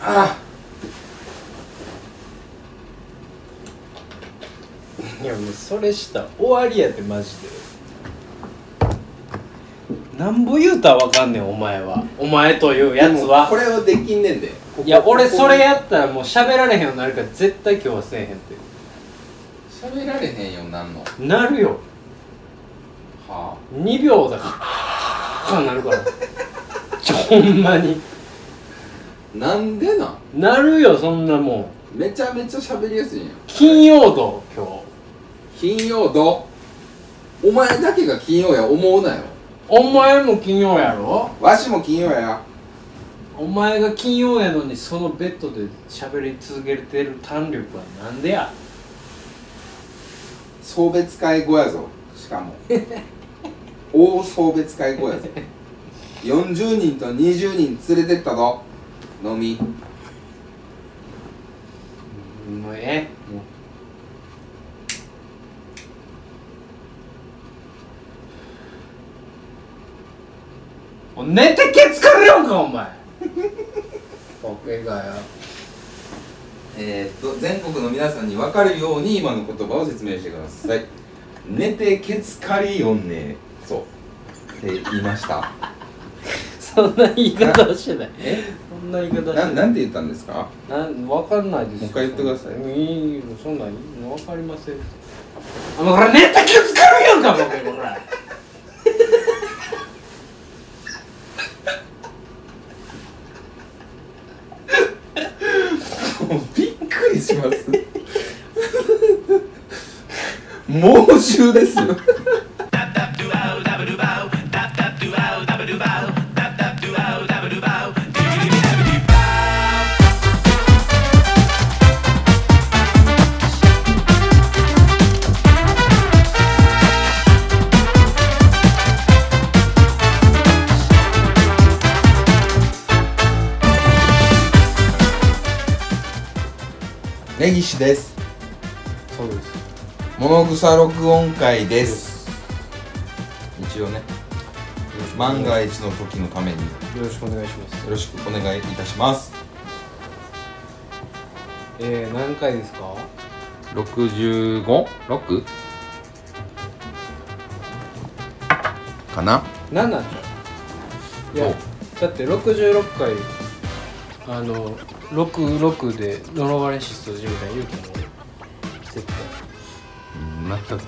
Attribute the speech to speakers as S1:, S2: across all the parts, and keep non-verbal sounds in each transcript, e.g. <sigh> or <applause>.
S1: あいやもうそれしたら終わりやってマジでなんぼ言うたらわかんねんお前はお前というやつ
S2: でもこ
S1: は
S2: れはできんねんで
S1: いや俺それ
S2: や
S1: やったらもう喋られへんようになるから絶対今日はせえへんっ
S2: 喋られへんようになんのは
S1: てなるよ
S2: あ
S1: 2秒だからなるからちょほんまに
S2: なんでなん
S1: なるよそんなもん
S2: めちゃめちゃ喋りやすいんや
S1: 金曜度今日
S2: 金曜どお前だけが金曜や思うなよ
S1: お前も金曜やろ
S2: わしも金曜や
S1: お前が金曜やのにそのベッドで喋り続けてる胆力はなんでや
S2: 送別会後やぞ
S1: <laughs>
S2: しかも大送別会後やぞ40人と20人連れてったぞ飲み
S1: もうええもうお寝てけつかれよんかお前僕以外は
S2: えー、っと全国の皆さんに分かるように今の言葉を説明してください寝てケツカリよんねそうって言いました
S1: そんな言い方はしてない
S2: え
S1: そんな言い方はして
S2: な
S1: ない
S2: なんて言ったんですか <laughs>
S1: なんわかんないですよ
S2: もう一回言ってください
S1: いいよそんなんいいのわかりませんあもうこれネタ気づかるやんか僕これ
S2: びっくりします猛獣ですよ根岸です
S1: そうです
S2: 物草録音会です一応ね万が一の時のために
S1: よ
S2: よ
S1: ろしくお願いします
S2: ろしくお願いいたします
S1: えー、何回ですか
S2: 65?6? かな
S1: 何なんじゃんいやだって66回あの66で呪われし数字みたいに言うけど絶対
S2: 全く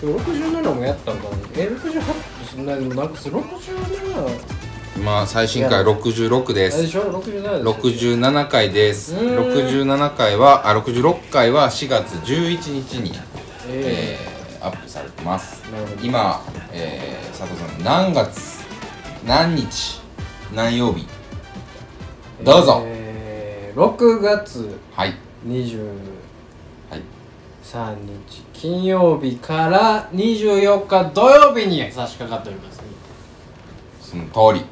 S1: でも67もやったんかなえ68ってそんなでもなんか67
S2: 今最新回66で
S1: あれですしょ67でしょ
S2: 67回です
S1: うー
S2: 67回はあ66回は4月11日に、え
S1: え
S2: ーアップされてます
S1: ー、なるほど
S2: 今、えー、佐藤さん何月何日何曜日どうぞ
S1: えー、6月
S2: はい
S1: 23
S2: はい
S1: 日金曜日から24日土曜日に差し掛かっております
S2: その通り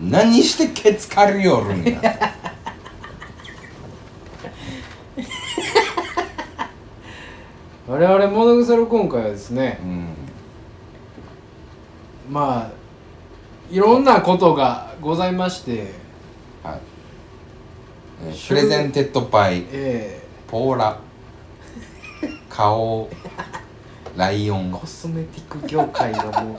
S2: 何してケツカりよるんや
S1: 我々モノグサル今回はですね
S2: うん
S1: まあいろんなことがございまして
S2: はい、えープレゼンテッドパイ
S1: え
S2: ポーラ顔ライオン
S1: ー、コスメティック業界がもう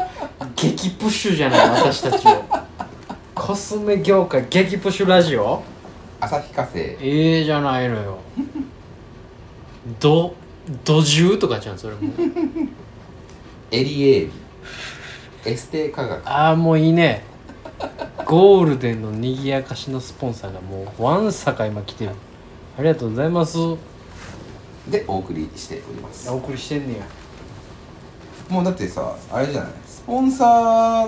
S1: 激プッシュじゃない私たちは <laughs> コスメ業界激プッシュラジオ
S2: 旭化成
S1: ええじゃないのよどどじゅうとかじゃんそれも
S2: エリエールエステ科学
S1: ああもういいねゴールデンのにぎやかしのスポンサーがもうわんさか今来てるありがとうございますお
S2: でお送りしております
S1: 送りしてんねや
S2: もうだってさあれじゃないスポンサ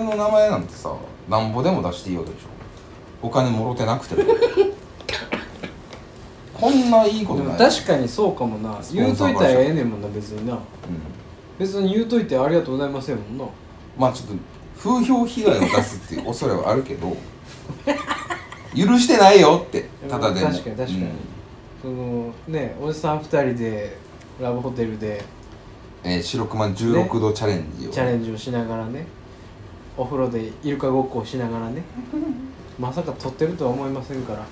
S2: ーの名前なんてさなんぼでも出していいわけでしょお金もろてなくても
S1: <laughs>
S2: こんないいこ
S1: で
S2: とない
S1: も確かにそうかもな
S2: スポ
S1: 言
S2: ン
S1: う
S2: サ
S1: とい
S2: ーから
S1: たらええねんもんな別にな
S2: うん、
S1: 別に言うといてありがとうございませんもんな
S2: まあちょっと風評被害を出すっていう恐れはあるけど許してないよってただでも
S1: 確かに確かに
S2: うん
S1: そのねおじさん二人でラブホテルで
S2: えー、白熊16度チャレンジを、
S1: チャレンジをしながらねお風呂でイルカごっこをしなが
S2: <laughs>
S1: らねまさか撮ってるとは思いませんから
S2: あ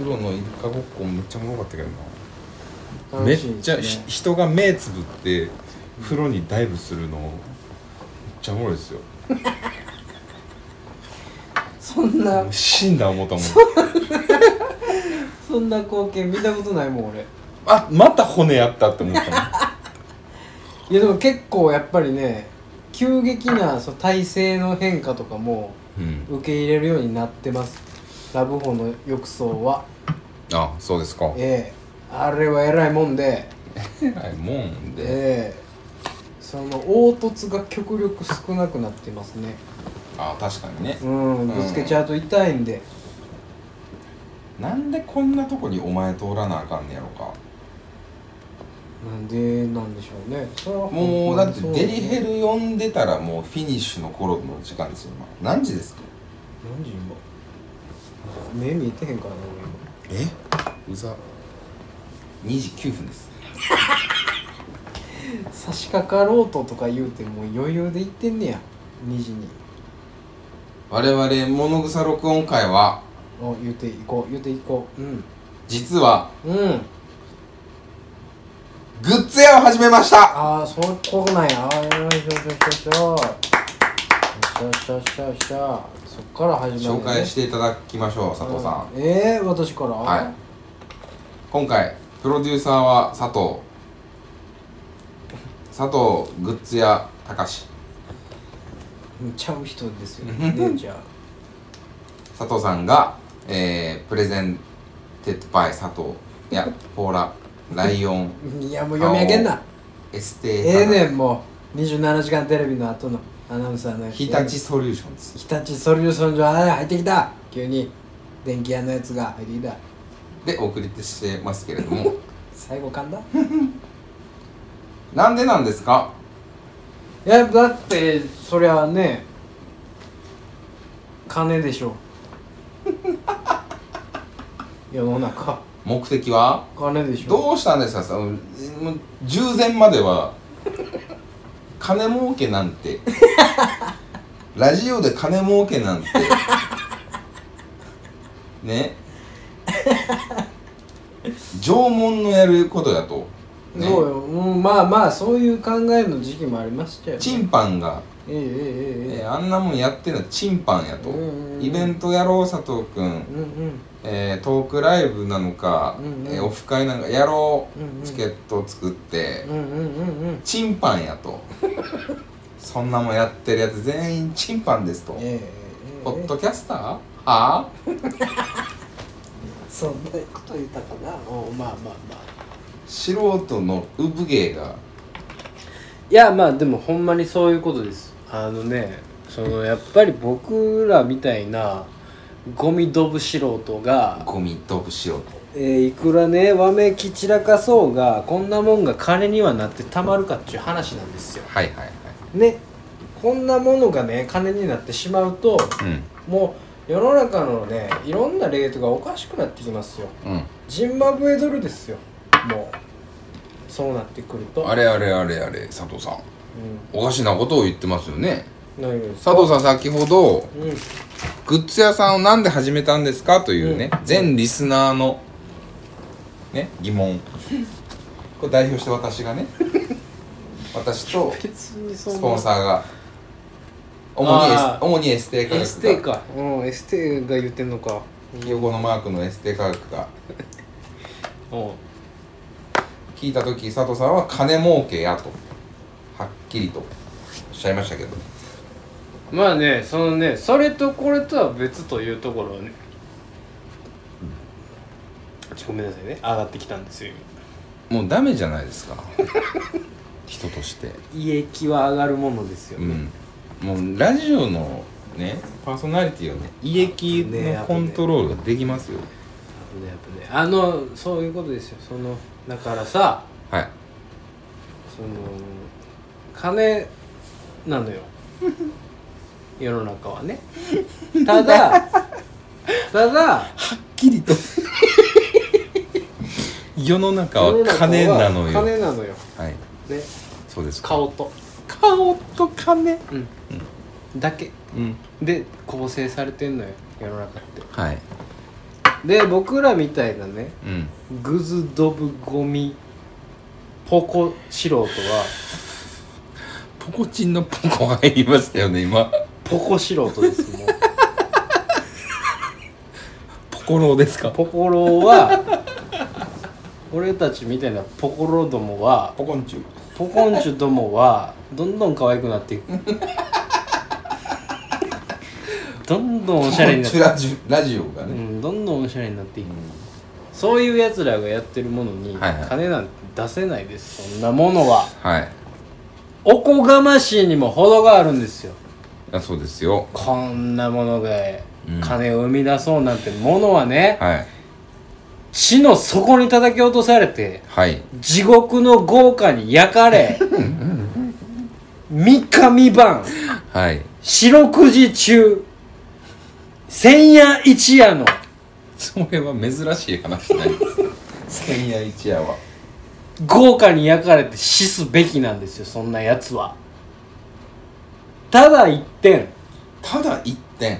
S2: お風呂のイルカごっこめっちゃおもろかったけどなめ
S1: 楽
S2: っ
S1: しい
S2: ちゃ、
S1: です
S2: ひ
S1: ね
S2: 人が目つぶって風呂にダイブするのめっちゃおもろいですよ
S1: そんな
S2: 死んだ思ったもん
S1: そんな光景見たことないもん俺
S2: あまた骨やったって思ったもん
S1: いやでも結構やっぱりね急激なその体勢の変化とかも
S2: うん、
S1: 受け入れるようになってますラブホの浴槽は
S2: あそうですか
S1: ええあれは偉いもんで
S2: はいもんで、
S1: ええその凹凸が極力少なくなってますね
S2: あ確かにね
S1: うんぶつけちゃうと痛いんで、
S2: なんでこんなとこにお前通らなあかんねやろか
S1: なんでなんでしょうねそれは
S2: もうだって
S1: そう
S2: デリヘル呼んでたらもうフィニッシュの頃の時間ですよ今何時ですか
S1: 何時今目見えてへんからな俺今
S2: えうざ2時9分です
S1: 差し掛かろうととか言うてもう余裕で行ってんねや2時に
S2: 我々物草録音会は
S1: お言うていこう言うていこううん
S2: 実は
S1: うん
S2: グッズ屋を始めました
S1: ああそうこうなんやあーよいしょよいしょよいしょよいしょよいしょよいしょよいしょそっから始まる、
S2: 紹介していただきましょう佐藤さん
S1: うんええ私から
S2: はい今回プロデューサーは佐藤佐藤グッズ屋隆
S1: うんちゃう人ですよねじゃあ
S2: 佐藤さんが、えープレゼンテッドバイ佐藤いやポーラライオン
S1: いやもう読み上げんな
S2: エステ
S1: ええねんもう27時間テレビの後のアナウンサーのやつ
S2: 日立ソリューションです
S1: 日立ソリューション所あれ入ってきた急に電気屋のやつが入ってきた
S2: でお送りしてますけれども
S1: 最後噛んだ
S2: なんでなんですか
S1: いやだってそりゃね金でし
S2: <laughs>
S1: ょ世の中
S2: 目的は
S1: 金でしょ
S2: どうしたんですかそのもう従前までは金儲けなんてラジオで金儲けなんてね縄文のやることだと、ね、
S1: そうよ、うん、まあまあそういう考えの時期もありましたよ、ね、
S2: チンパンが、
S1: ええ
S2: え
S1: ええええ
S2: ーあんなもんやってんのはチンパンやと、
S1: うんうんうん
S2: イベントやろう佐藤君
S1: うんうん
S2: えートークライブなのか、
S1: うんうん
S2: えーオフ会なんかやろう、
S1: うんうん
S2: チケット作って、
S1: うんうんうんうん
S2: チンパンやとそんなもんやってるやつ全員チンパンですと、
S1: ええええ
S2: ポッ
S1: え
S2: ドキャスターはあ
S1: えそんなこと言ったかなおまあまあまあ
S2: 素人の産芸が
S1: いやまあでもほんまにそういうことですあのねそのやっぱり僕らみたいなゴミドブ素人が、
S2: ゴミ飛ぶしようと
S1: えーいくらねわめき散らかそうがこんなもんが金にはなってたまるかっていう話なんですよ
S2: はいはいはい
S1: ねこんなものがね金になってしまうともう世の中のねいろんなレートがおかしくなってきますよ
S2: うんうん
S1: ジンバブエドルですよもうそうなってくると
S2: あれあれあれあれ佐藤さん
S1: う
S2: おかしなことを言ってますよね
S1: ん何がです
S2: 佐藤さん先ほど
S1: うん
S2: グッズ屋さんをなんで始めたんですかというね、全リスナーの、ね、疑問 <laughs> これ代表して私がね私と
S1: 別にそんな
S2: スポンサーが主にエス
S1: あー
S2: 主にエステ科学
S1: エステ
S2: が
S1: かうんエステが言ってんのか
S2: 横のマークのエステ科学が
S1: うん
S2: 聞いた時佐藤さんは金儲けやとはっきりとおっしゃいましたけど
S1: まあねそのねそれとこれとは別というところはねちょごめんなさいね上がってきたんですよ
S2: もうダメじゃないです <laughs> か人として
S1: 今胃液は上がるものですよ
S2: う
S1: ね、
S2: んもうラジオのねパーソナリティをね胃液
S1: ね
S2: のコントロールができますよ、
S1: 危ね危ねあのそういうことですよそのだからさ
S2: はい
S1: その金なの <laughs> よ世の中はねただただ
S2: はっきりと <laughs> 世の中は金なの
S1: 世の中は
S2: よ
S1: 金なのよ
S2: はい
S1: ね
S2: そうです
S1: 顔と
S2: 顔顔と金
S1: うん、だけ
S2: うん
S1: で構成されてんのよ世の中って
S2: はい
S1: で僕らみたいなね
S2: うん
S1: グズドブゴミポコ素人は
S2: ポコチンのポコが入りましたよね今
S1: ポコ素人です
S2: <laughs>
S1: もう
S2: ポコローですか
S1: ポコロは俺たちみたいなポコロどもは
S2: ポコンチュ
S1: ポコンチュどもはどんどん可愛くなってい
S2: <laughs>
S1: くどんどんおしゃれになって、
S2: ラジラジオが
S1: う
S2: ね、
S1: ん、どんどんおしゃれになっていく、そういうやつらがやってるものに
S2: はいはい
S1: 金なんて出せないです、そんなものは
S2: はい
S1: おこがましいにも程があるんですよ
S2: あそうですよ
S1: こんなものが
S2: うん
S1: 金を生み出そうなんてものはね、
S2: はい
S1: 地の底に叩き落とされて
S2: はい
S1: 地獄の豪華に焼かれ三日三晩
S2: はい
S1: 四六時中千夜一夜の
S2: それは珍しい話じゃないですか
S3: 千夜一夜は
S1: 豪華に焼かれて死すべきなんですよそんなやつはただ一点
S2: ただ一点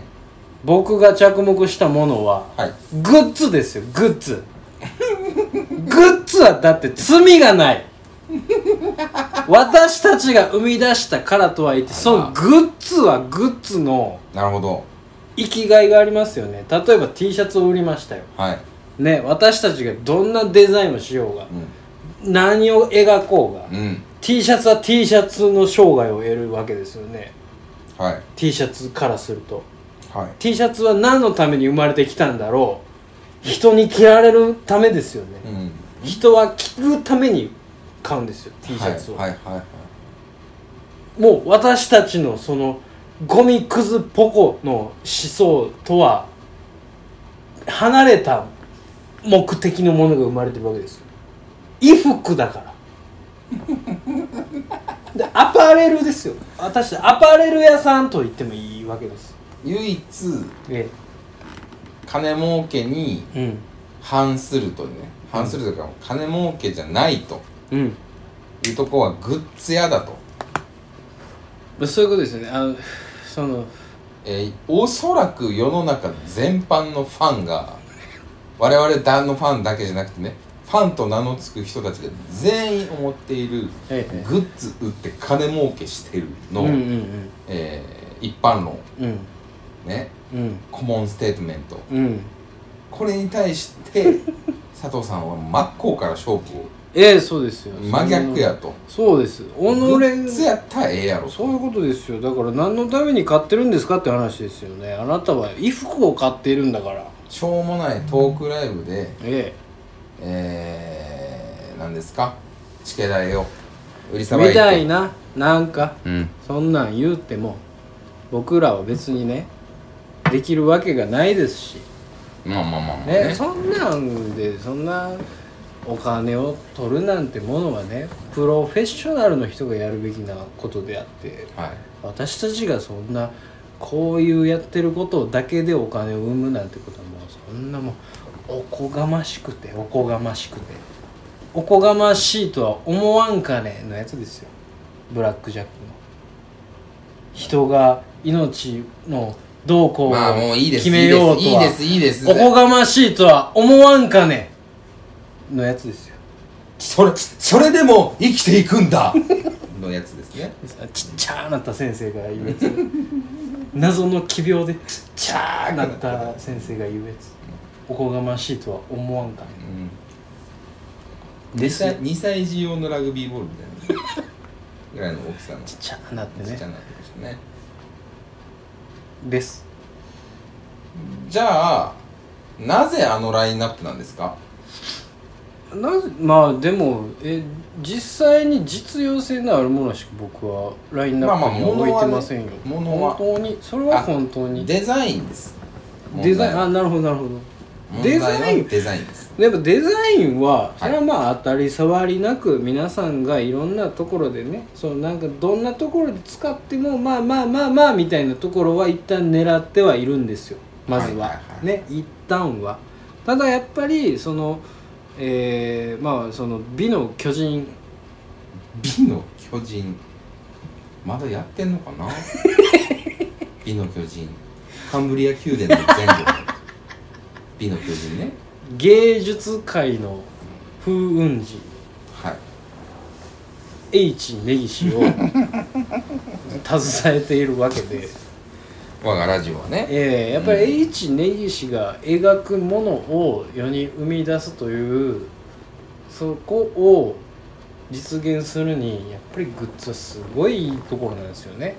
S1: 僕が着目したものは
S2: はい
S1: グッズですよグッズグッズはだって罪がない私たちが生み出したからとはいってそのグッズはグッズの
S2: なるほど
S1: 生きがいがありますよね例えば T シャツを売りましたよ
S2: はい、
S1: ね私たちがどんなデザインをしようが
S2: う
S1: 何を描こうが、
S2: ん、うん、
S1: T シャツは T シャツの生涯を得るわけですよね
S2: はい
S1: T シャツからすると
S2: はい
S1: T シャツは何のために生まれてきたんだろう人に着られるためですよね、
S2: うん
S1: 人は着るために買うんですよ T シャツを、
S2: はいはいはいはい
S1: もう私たちのそのゴミクズポコの思想とは離れた目的のものが生まれてるわけですよ衣服だ <laughs> からでアパレルですよ私アパレル屋さんと言ってもいいわけです
S2: 唯一
S1: え
S2: 金儲けに
S1: えうん
S2: 反するとね反するというか金儲けじゃないと
S1: うん
S2: いうとこはグッズ屋だと、
S1: そういうことですよねあのその
S2: えーおそらく世の中全般のファンが我々団のファンだけじゃなくてねファンと名の付く人たちが全員思っている
S1: ええ
S2: グッズ売って金儲けしてるの、
S1: うんうん
S2: えー一般論
S1: うんうん
S2: ね
S1: うん
S2: コモンステートメント
S1: うん
S2: これに対して佐藤さんは真っ向から勝負を
S1: ええそうですよ
S2: 真逆やと
S1: そうです己
S2: グッズやったらええやろと
S1: そういうことですよだから何のために買ってるんですかって話ですよねあなたは衣服を買っているんだから
S2: しょうもないトークライブで
S1: え
S2: えー、何ですかチケ代を売り
S1: え
S2: さばいて
S1: みたいななんか
S2: うん
S1: そんなん言うても僕らは別にねできるわけがないですし、
S2: まあまあまあまあ
S1: ね
S2: ね
S1: そんなんでそんなお金を取るなんてものはねプロフェッショナルの人がやるべきなことであって
S2: はい
S1: 私たちがそんなこういうやってることだけでお金を生むなんてことはもうそんなもうおこがましくておこがましくておこがましいとは思わんかねのやつですよブラック・ジャックの人が命の動向を
S2: まあもういいです
S1: 決めようと
S2: いい
S1: は
S2: ですいいですいい
S1: お
S2: です
S1: こがましいとは思わんかねのやつですよ
S2: それそれでも生きていくんだのやつですね
S1: ちっちゃーなった先生が言うやつ <laughs> 謎の奇病でちっちゃーなった先生が言うやつおこがましいとは思わんかね
S2: うん
S1: で
S2: 2
S1: すよ
S2: 歳二歳児用のラグビーボールみたいなぐらいの大きさの
S1: ち
S2: ち
S1: っちゃーなって
S2: っ
S1: ね
S2: ちゃなってましたね
S1: です
S2: じゃあなぜあのラインナップなんですか
S1: なぜまあでもえ実際に実用性のあるものしか僕はラインナ
S2: ま
S1: ッ
S2: あ
S1: プ
S2: まあ
S1: に置いてませんよ、
S2: 物はね
S1: 本当にそれは本当に
S2: デザインです
S1: デザインあ
S2: 問
S1: なるほどなるほど
S2: 題
S1: デ
S2: は
S1: ザイン
S2: デザインです
S1: でもデザインはそれはまあ当たり障りなく皆さんがいろんなところでねそのなんかどんなところで使ってもまあまあまあまあみたいなところは一旦狙ってはいるんですよまずは,、
S2: はいはいはい
S1: ね一旦はただやっぱりそのえーまあその美の巨人
S2: 美の巨人まだやってんのかな <laughs> 美の巨人カンブリア宮殿の全部美の巨人ね
S1: 芸術界の風雲児
S2: はい
S1: H 根岸を <laughs> 携えているわけで、
S2: 我がラジオはね
S1: えーやっぱり H 根岸が描くものを世に生み出すというそこを実現するにやっぱりグッズはすごいいいところなんですよね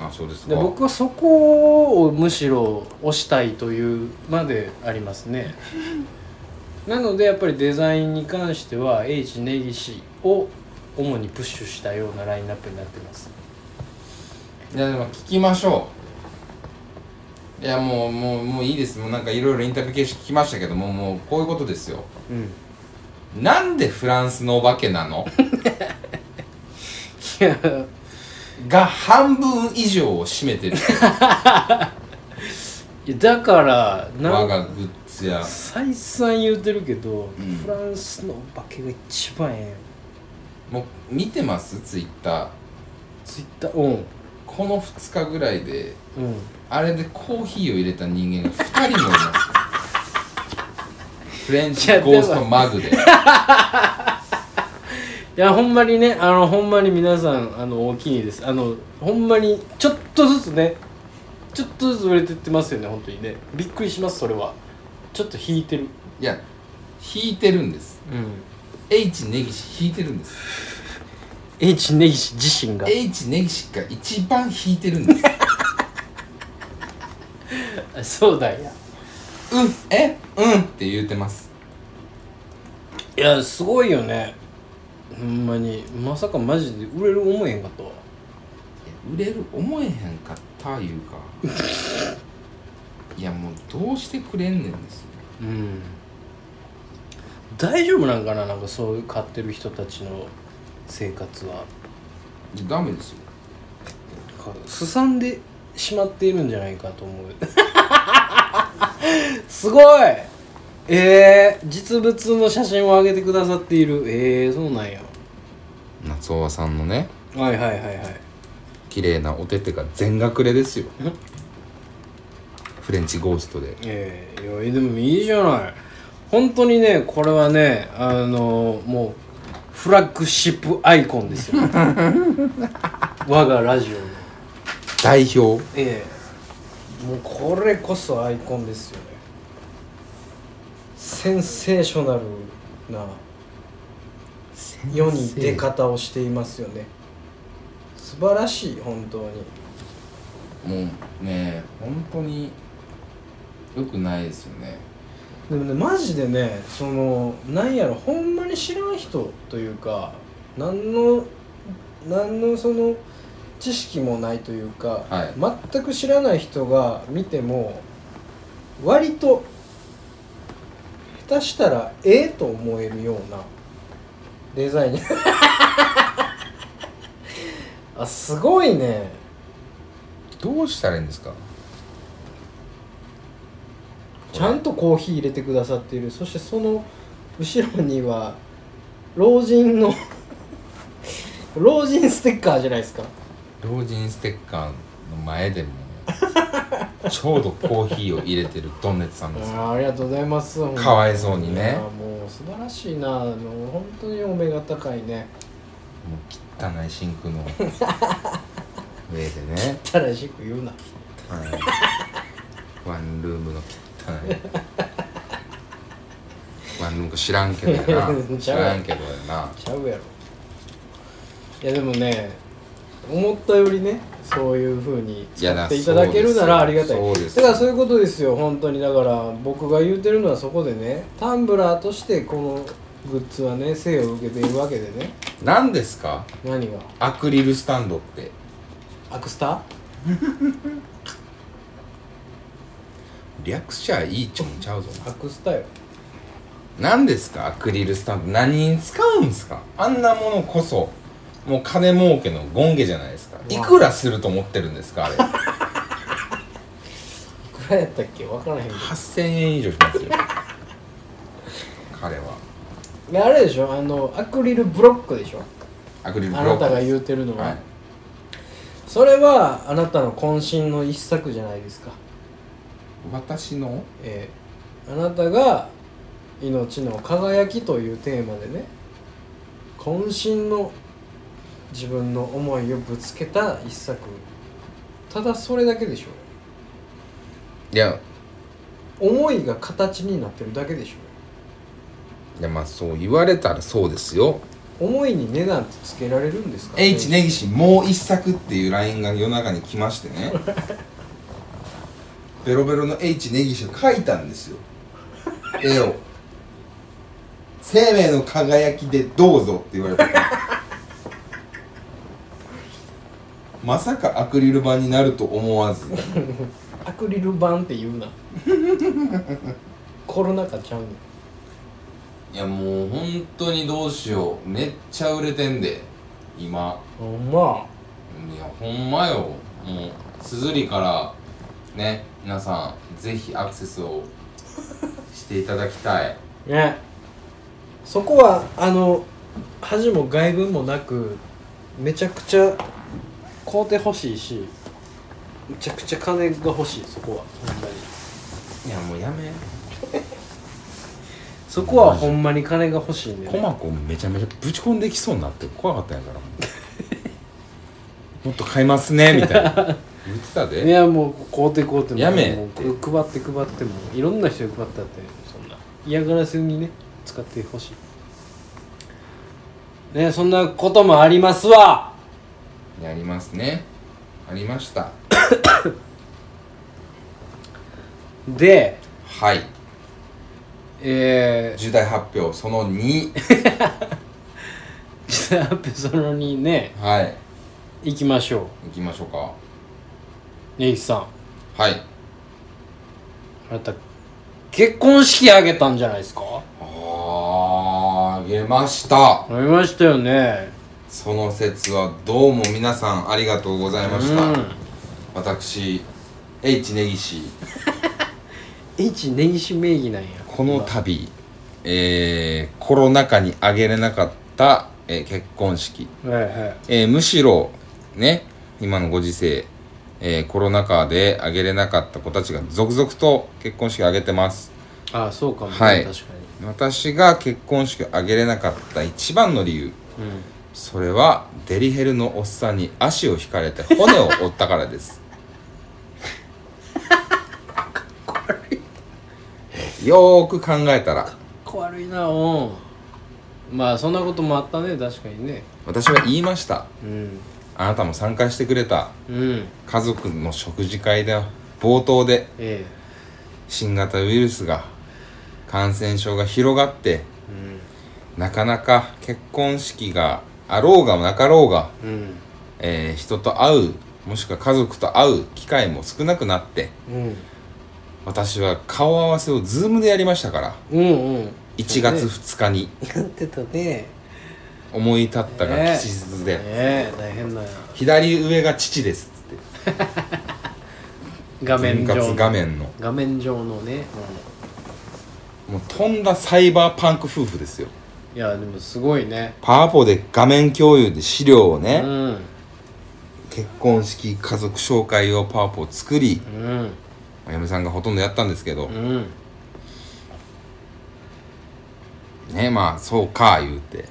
S2: あそうです
S1: で
S2: か
S1: 僕はそこをむしろ推したいというまであります <laughs> ねなのでやっぱりデザインに関しては H 根岸を主にプッシュしたようなラインナップになってます
S2: いやでも聞きましょういやもうもうもういいですもうなんかいろいろインタビュー形式聞きましたけどももうこういうことですよ
S1: うん
S2: なんでフランスのお化けなの
S1: いや
S2: が半分以上を占めてる
S1: だからな
S2: 我
S1: んか
S2: がグッズや
S1: 再三言うてるけど、
S2: うん
S1: フランスのお化けが一番え
S2: もう見てますツイッター
S1: えツイッターうん
S2: この2日ぐらいで
S1: うん
S2: あれでコーヒーを入れた人間が2人もいますフレンチゴーストマグで
S1: いやほんまにねあのほんまに皆さんあの大きいですあのほんまにちょっとずつねちょっとずつ売れてってますよね本当にねびっくりしますそれはちょっと引いてる
S2: いや引いてるんです
S1: うん
S2: H 根岸引いてるんです
S1: H 根岸自身が
S2: H 根岸が一番引いてるんです <laughs>
S1: あそうだよ
S2: うんえうんって言うてます
S1: いやすごいよねほんまにまさかマジで売れる思えへんかと
S2: 売れる思えへんかったいうかいやもうどうしてくれんねんですよ
S1: うん大丈夫なんかななんかそういう買ってる人たちの生活は
S2: ダメですよ
S1: なんかすさんでしまっているんじゃないかと思う <laughs> すごいえー、実物の写真を上げてくださっているえー、そうなんや
S2: 夏尾さんのね
S1: はいはいはいはい
S2: 綺麗なおててが全額れですよ
S1: ん
S2: フレンチゴーストで
S1: えー、いやでもいいじゃない本当にねこれはねあのもうフラッグシップアイコンですよ <laughs> 我がラジオの
S2: 代表
S1: ええもうこれこそアイコンですよねセンセーショナルな世に出方をしていますよね素晴らしい本当に
S2: もうね本当によくないですよね
S1: でもねマジでねそのなんやろほんまに知らん人というか何の何のその知識もないというか、
S2: は
S1: 全く知らない人が見ても割と下手したらええと思えるようなデザイン <laughs> あすごいね
S2: どうしたらいいんですか
S1: ちゃんとコーヒー入れてくださっているそしてその後ろには老人の <laughs> 老人ステッカーじゃないですか
S2: 老人ステッカーの前でも
S1: <laughs>
S2: ちょうどコーヒーを入れてるドンネツさんですよ
S1: あーありがとうございますほんま
S2: かわいそうにね
S1: やーもう素晴らしいなあの本当にお目が高いね
S2: もう汚いシン
S1: <laughs>
S2: クの上でね、
S1: 正しく言うな
S2: はい、ワンルームの汚いワンルームか知らんけど
S1: <laughs>
S2: やな知
S1: ちゃうや
S2: ら
S1: ん
S2: んけどやな
S1: ちゃうやろいやでもね思ったよりねそういうふうに
S2: い
S1: 使
S2: や
S1: っていただけるならありがたい
S2: そうです
S1: だからそういうことですよ本当にだから僕が言うてるのはそこでねタンブラーとしてこのグッズはね生を受けているわけでね
S2: 何ですか
S1: 何が
S2: アクリルスタンドって
S1: アクスタ
S2: 略しちゃいいちょんちゃうぞ
S1: アクスタよ
S2: 何ですかアクリルスタンド何に使うんですかあんなものこそもう金儲けのゴンゲじゃないですかいくらすると思ってるんですかあれ
S1: いくらやったっけ分からへんけど
S2: 8000円以上しますよ彼はい
S1: やあれでしょあのアクリルブロックでしょ
S2: アクリルブ
S1: あ
S2: ロ
S1: な
S2: ック
S1: たが
S2: です
S1: 言うてるのは、
S2: はい
S1: それはあなたの渾身の一作じゃないですか
S2: 私の
S1: えーあなたが「命の輝き」というテーマでね渾身の自分の思いをぶつけた一作ただそれだけでしょ
S2: いや
S1: 思いが形になってるだけでし
S2: いやまあそう言われたらそうですよ
S1: ょ思いに値段ってつけられるんですか
S2: H 根岸もう一作っていう LINE が夜中に来ましてねベロベロの H 根岸が書いたんですよ絵を「生命の輝きでどうぞ」って言われたまさかアクリル板になると思わず
S1: アクリル板って言う <laughs> なコロナ禍ちゃうねん
S2: いやもう本当にどうしようめっちゃ売れてんで今
S1: ほんま
S2: いやほんまよもうすずりからね皆さんぜひアクセスをしていただきたい
S1: ねそこはあの恥も外分もなくめちゃくちゃ買うてほしいしめちゃくちゃ金が欲しいそこはほんまに
S2: いやもうやめ
S1: そこはほんまに金が欲しいんで、
S2: コ
S1: ね、
S2: マコめちゃめちゃぶち込んできそうになって怖かったんやからもうもっと買いますねみたいな言ってた
S1: い
S2: で
S1: やもう買うて買うても
S2: やめ
S1: もう配って配ってもいろんな人に配ったってそんな嫌がらせにね使ってほしいねそんなこともありますわ
S2: やりますねありました
S1: で
S2: はい
S1: えー、
S2: 重大発表その2
S1: 実はそのにね
S2: はい
S1: 行きましょ
S2: 行きましょうか
S1: う根岸さん
S2: はい
S1: あなた結婚式あげたんじゃないですか
S2: あーあげました
S1: あげましたよね
S2: その説はどうも皆さんありがとうございました、
S1: うん
S2: 私 H 根岸
S1: H 根岸名義なんや
S2: この度、えー、コロナ禍にあげれなかった、えー結婚式、
S1: はいは
S2: えーむしろね今のご時世、えーコロナ禍であげれなかった子たちが続々と結婚式あげてます
S1: いああそうかもね、
S2: はい
S1: 確か
S2: 私が結婚式をあげれなかった一番の理由
S1: にうん
S2: それはデリヘルのおっさんに足を引かれて骨を折ったからですよーく考えたら
S1: 小悪いなうんまあそんなこともあったね確かにね
S2: 私は言いました
S1: うん
S2: あなたも参加してくれた
S1: うん
S2: 家族の食事会で冒頭で
S1: え
S2: 新型ウイルスが感染症が広がって
S1: えうん
S2: なかなか結婚式があろうがなかろうが
S1: うん
S2: えー人と会うもしくは家族と会う機会も少なくなって
S1: うん
S2: 私は顔合わせをズームでやりましたから
S1: うんうん
S2: 1月2日に
S1: やってたね
S2: 思い立ったが
S1: ね
S2: 吉日で、
S1: ねえ大変だよ
S2: 左上が父ですっつって
S1: 画面上
S2: 婚
S1: の
S2: 活画面の
S1: 画面上のね、
S2: もうとんだサイバーパンク夫婦ですよ
S1: いやでもすごいね
S2: パワポで画面共有で資料を
S1: う
S2: ね、
S1: ん
S2: 結婚式家族紹介用パワポを作り
S1: うん
S2: 嫁さんがほとんどやったんですけど
S1: う、ん
S2: ねまあそうか言うて
S1: うん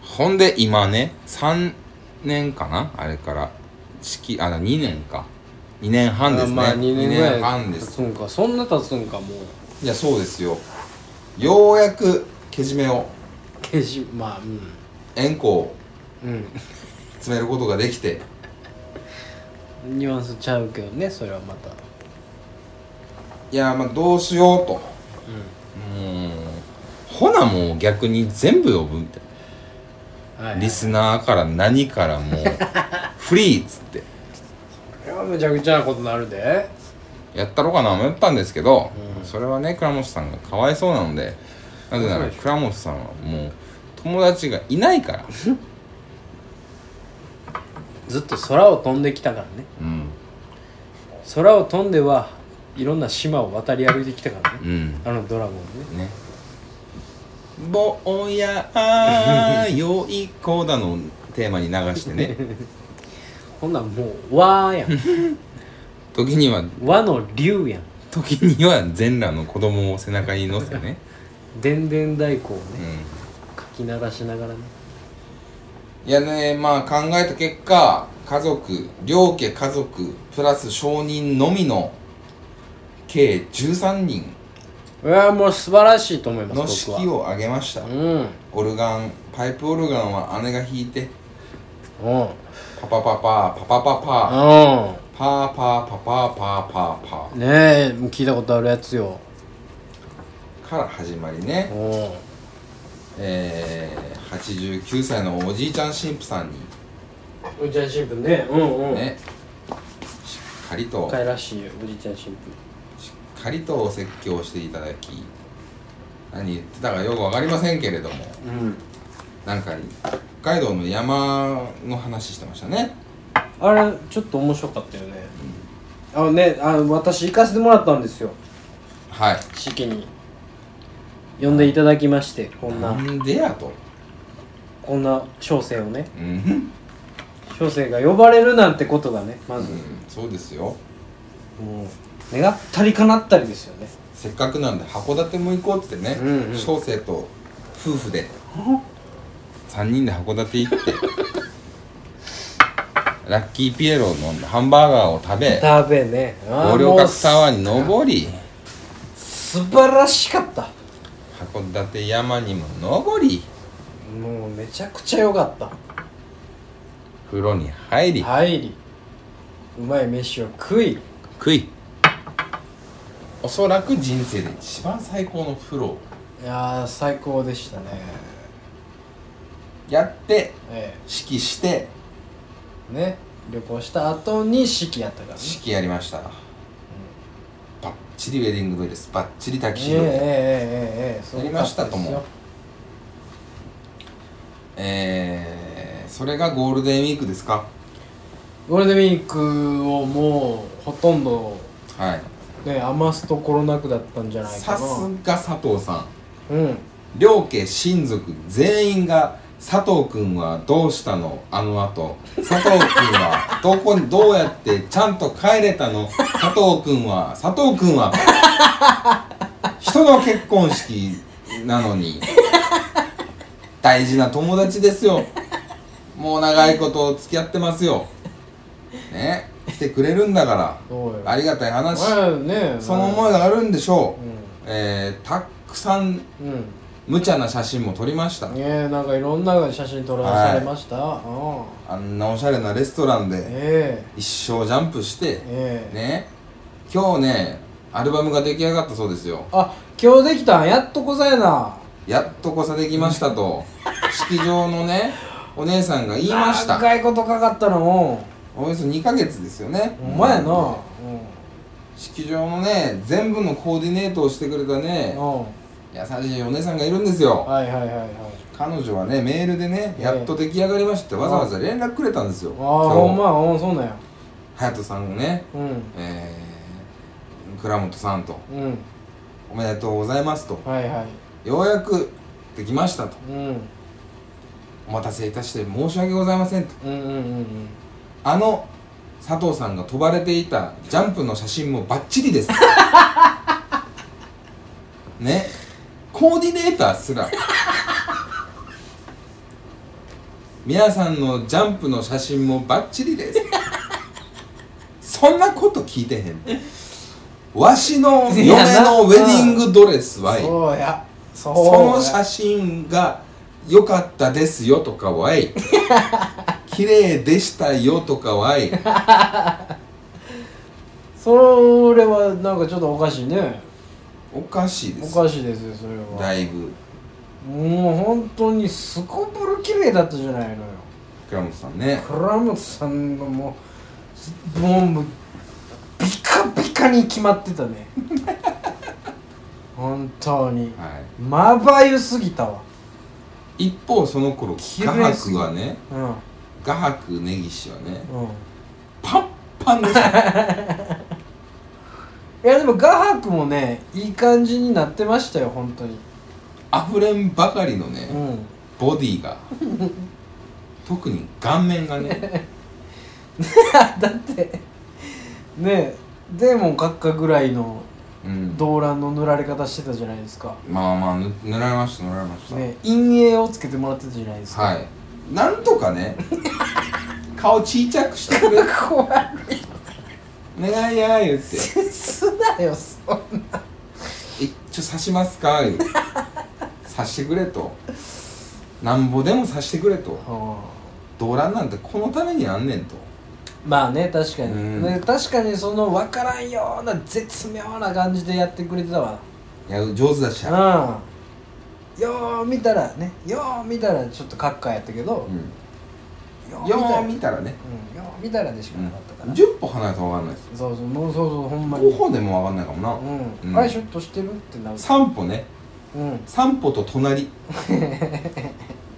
S2: ほんで今ね3年かなあれから式あ2年か2年半ですね、
S1: まあ2年ぐら
S2: 二半
S1: い
S2: で
S1: 経
S2: す
S1: つんかそんな経つんかもう
S2: いやそうですよようやくけじめを
S1: けじまあ <laughs> う
S2: 円弧を
S1: ん
S2: 詰めることができて
S1: うんニュアンスちゃうけどねそれはまた
S2: いやまあどうしようとうーんほなもう逆に全部呼ぶみたい
S1: うんは
S2: ないリスナーから何からも <laughs> うフリーっつって
S1: これはめちゃくちゃなことになるで
S2: やったろうかな迷ったんですけど、
S1: うん
S2: それはね倉本さんがかわいそうなのでなぜな
S1: そう
S2: ら
S1: でしょ
S2: 倉本さんはもう友達がいないから、
S1: ずっと空を飛んできたからね
S2: うん
S1: 空を飛んではいろんな島を渡り歩いてきたから
S2: う
S1: ね
S2: ん
S1: あのドラゴンね
S2: ねぼやーよい子だのテーマに流してね
S1: <laughs> ほんなんもう和やん <laughs>
S2: 時には
S1: 和の竜やん
S2: 時には全裸の子供を背中に乗せね、
S1: でんでん太鼓を
S2: う
S1: ね、
S2: ん、
S1: かき鳴らしながらね
S2: いやねまあ考えた結果家族両家家族プラス証人のみの計13人
S1: いやもう素晴らしいと思い
S2: の
S1: ます僕
S2: 式
S1: は
S2: を挙げました
S1: うん
S2: オルガンパイプオルガンは姉が弾いて
S1: うん
S2: パパパパパパパパ
S1: うん
S2: パーパーパパーパーパーパ
S1: ねえもう聞いたことあるやつよ
S2: ーから始まり
S1: う
S2: ね
S1: ん
S2: えー、89歳のおじいちゃん神父さんに
S1: おじちゃん新聞ねうんう
S2: ねしっかりと
S1: 若いらしいよおじちゃん新聞
S2: しっかりとお説教していただき何言ってたかよく分かりませんけれども
S1: うん
S2: なんか北海道の山の話してましたね
S1: あれちょっと面白かったよね、あのねあの私行かせてもらったんですよ
S2: はい
S1: 式に呼んでいただきましてこんな
S2: なんでやと
S1: こんな小生をね
S2: うん、
S1: 小生が呼ばれるなんてことがねま
S2: うん
S1: ず、、
S2: そうですよ
S1: もう願ったりかなったりですよね
S2: せっかくなんで函館も行こうってね、
S1: うんうん
S2: 小生と夫婦で3人で函館行って
S1: <laughs>
S2: ラッキーピエロのハンバーガーを食べ
S1: 食べねあ
S2: 五
S1: ー
S2: 稜
S1: もう
S2: 郭タワーに登り
S1: 素晴らしかった
S2: 函館山にも登り
S1: もうめちゃくちゃ良かった
S2: 風呂に入り
S1: 入りうまい飯を食い
S2: 食いおそらく人生で一番最高の風呂を
S1: いやー最高でしたね
S2: やって
S1: え
S2: 式して
S1: えね旅行した後に式やったからね
S2: 式やりましたバッチリウェディングドレスバッチリタキシ
S1: え
S2: ー
S1: え
S2: ド
S1: ええ
S2: で
S1: ええええす
S2: や
S1: ご
S2: り
S1: か
S2: ま
S1: っ
S2: したと
S1: ですよ
S2: もえー、それがゴールデンウィークですか
S1: ゴールデンウィークをもうほとんど
S2: はい
S1: ね余すところなくだったんじゃないか
S2: さ
S1: な
S2: すが佐藤さん
S1: うん
S2: 両家親族全員が佐藤君はどうしたのあの後佐藤君はどこにどうやってちゃんと帰れたの佐藤君は佐藤君は人の結婚式なのに大事な友達ですよもう長いこと付き合ってますよね来てくれるんだか
S1: そうよ
S2: らありがたい話
S1: ええね
S2: その思いがあるんでしょ
S1: う
S2: う、えー、たっくさん
S1: んうん
S2: 無茶な写真も撮りました
S1: ねえなんかいろんな写真撮らされました、うん
S2: あんなおしゃれなレストランで
S1: え
S2: 一生ジャンプして
S1: えええ
S2: ね今日ねアルバムが出来上がったそうですよ
S1: あ今日できたんやっとこさやな
S2: やっとこさできましたと式場のねお姉さんが言いました
S1: 長いことかかったの
S2: およそ2ヶ月ですよね
S1: ほんまやな
S2: うん式場のね全部のコーディネートをしてくれたね
S1: うん、うん、
S2: 優しいお姉さんがいるんですよ
S1: はいはいはいはい
S2: 彼女はねメールでね
S1: ええ
S2: やっと出来上がりましたってわざわざ連絡くれたんですよ
S1: ああほんまうんそうなんや
S2: 隼人さんがね
S1: うん
S2: えー倉本さんと
S1: うん
S2: おめでとうございますと
S1: はいはい
S2: ようやくできましたと
S1: うん
S2: お待たせいたして申し訳ございませんと
S1: うんうんうん
S2: あの佐藤さんが飛ばれていたジャンプの写真もバッチリですねコーディネーターすら皆さんのジャンプの写真もバッチリですそんなこと聞いてへんわしの
S1: いや
S2: 嫁のウェディングドレスは
S1: そうやそう
S2: その写
S1: 真
S2: 真が良かったですよとかはいい綺麗でしたよとかはいい
S1: それはなんかちょっとおかしいね
S2: おかしいで
S1: お
S2: す
S1: かしいですよそれは
S2: だいぶ
S1: もう本当にすこぶる綺麗だったじゃないのよ
S2: 倉本さんね
S1: 倉本さんがもうもうビカビカに決まってた <laughs> ね本当に
S2: は
S1: まばゆすぎたわ
S2: い一方その頃
S1: 綺
S2: 画
S1: 麗すぎ
S2: 伯はね
S1: うんうん
S2: 画伯根岸はねパンパンでした
S1: いやでも画伯もねいい感じになってましたよ本当に
S2: 溢れんばかりのね
S1: うん
S2: ボディが特に顔面が
S1: <laughs>
S2: ね
S1: だってねえデーモン閣下ぐらいの
S2: うん
S1: 動乱の塗られ方してたじゃないですか、
S2: まあまあぬ塗られました塗られました、
S1: ねえ陰影をつけてもらってたじゃないですか、
S2: はいなんと
S1: <laughs>
S2: かね顔ちいちゃくしてくれ
S1: 怖い
S2: お願いや言って
S1: すなよそんな
S2: えちょ刺しますか?」言う刺してくれとなんぼでも刺してくれと動乱なんてこのためにあんねんと
S1: まあね確かに、
S2: うん
S1: ね確かにその分からんような絶妙な感じでやってくれてたわ
S2: いや上手だしや
S1: うんよう見たらねよう見たらちょっとカッカやったけど、
S2: う
S1: よ
S2: ん、よ
S1: う
S2: う見
S1: 見た
S2: たらね、
S1: うんよう見たらでしか
S2: うん
S1: なかったから、
S2: 10歩離れたら分かんないです
S1: そうそうもうそうそうほんまに
S2: 5歩でも分かんないかもな、
S1: う
S2: うん
S1: ん、あれシュッとしてるってなる
S2: 3歩ね
S1: うん
S2: 3歩と
S1: <laughs>
S2: 隣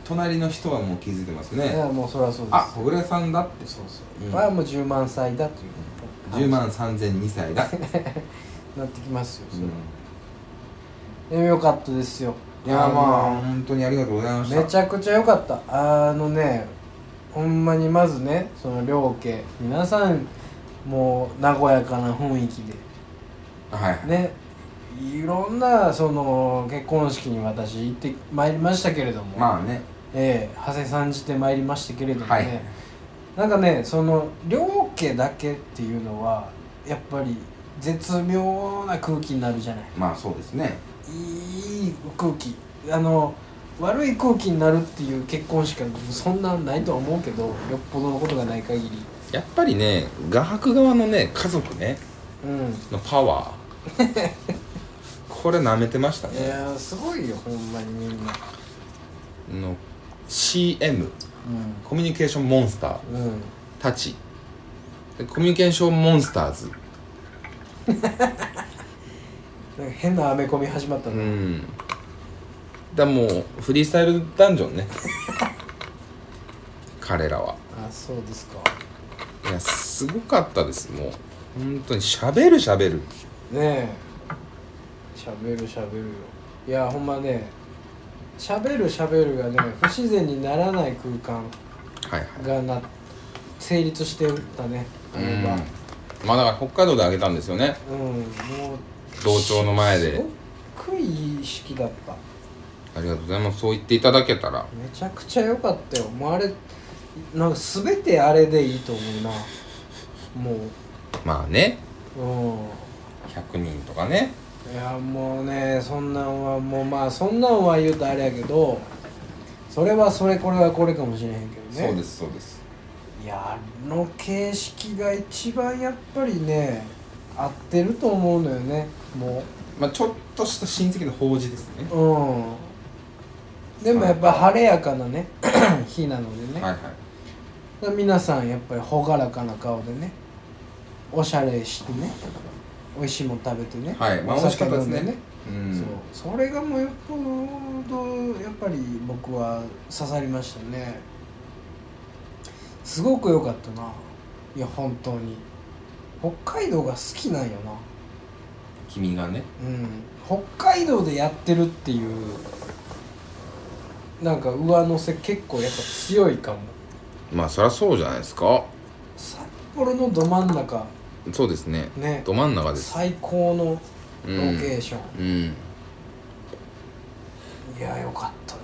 S2: 隣の人はもう気づいてます
S1: い
S2: ね
S1: やもうそりゃそうです
S2: あ小暮さんだって
S1: そうそう、
S2: うん
S1: これはもう10万歳だという感じ
S2: 10万3002
S1: <laughs>
S2: 歳だ、
S1: なってきますよ
S2: う
S1: それ
S2: ん、
S1: でもよかったですよ
S2: いやまあ本当にありがとうございました
S1: めちゃくちゃ良かったあのねほんまにまずねその両家皆さんもう和やかな雰囲気で
S2: はい
S1: ねいろんなその結婚式に私行ってまいりましたけれども、
S2: まあね
S1: ええ長谷さんじてまいりましたけれどもね、
S2: はい
S1: なんかねその両家だけっていうのはやっぱり絶妙な空気になるじゃない
S2: まあそうですね
S1: いい空気あの悪い空気になるっていう結婚しかそんなんないとは思うけどよっぽどのことがない限り
S2: やっぱりね画伯側のね家族ね
S1: うん
S2: のパワー <laughs> これ舐めてました
S1: い
S2: ね
S1: やーすごいよほんまにみんな
S2: の CM コミュニケーションモンスター
S1: うんうん
S2: たちでコミュニケーションモンスターズ
S1: なんか変なアメコミ始まった
S2: う
S1: の、
S2: んだからもうフリースタイルダンジョ <laughs> ンね彼らは
S1: あそうですか
S2: いやすごかったですもう本当にしゃべるしゃべる
S1: ねえしゃべるしゃべるよいやほんまねしゃべるしゃべるがね不自然にならない空間
S2: はいはい
S1: がな成立してたねあれは
S2: うんまあだから北海道であげたんですよね
S1: うんもう
S2: 同調の前です
S1: っごいいい式だった
S2: ありがとうございますそう言っていただけたら
S1: めちゃくちゃ良かったよもうあれなんか全てあれでいいと思うなも
S2: まあね
S1: ううん
S2: 100人とかね
S1: いやもうねそんなんはもうまあそんなんは言うとあれやけどそれはそれこれはこれかもしれへんけどね
S2: そうですそうです
S1: いやあの形式が一番やっぱりね合ってると思うのよねも
S2: まあちょっとした親戚の法事ですね
S1: ううんでもやっぱ晴れやかなね日なのでね、
S2: はいはい
S1: 皆さんやっぱり朗らかな顔でねおしゃれしてね美味しいもん食べてね
S2: はいまあ
S1: お
S2: 美味し
S1: 酒
S2: かったですね
S1: 飲ん
S2: うん
S1: そうそれがもうよっぽどやっぱり僕は刺さりましたねすごく良かったないや本当に北海道が好きなんよな
S2: 君がね
S1: うん北海道でやってるっていうなんか上乗せ結構やっぱ強いかも
S2: まあそりゃそうじゃないですか
S1: 札幌のど真ん中
S2: そうですね
S1: ね
S2: ど真ん中です
S1: 最高の
S2: う
S1: ロ
S2: ん
S1: ケーション、
S2: うん
S1: いやよかったな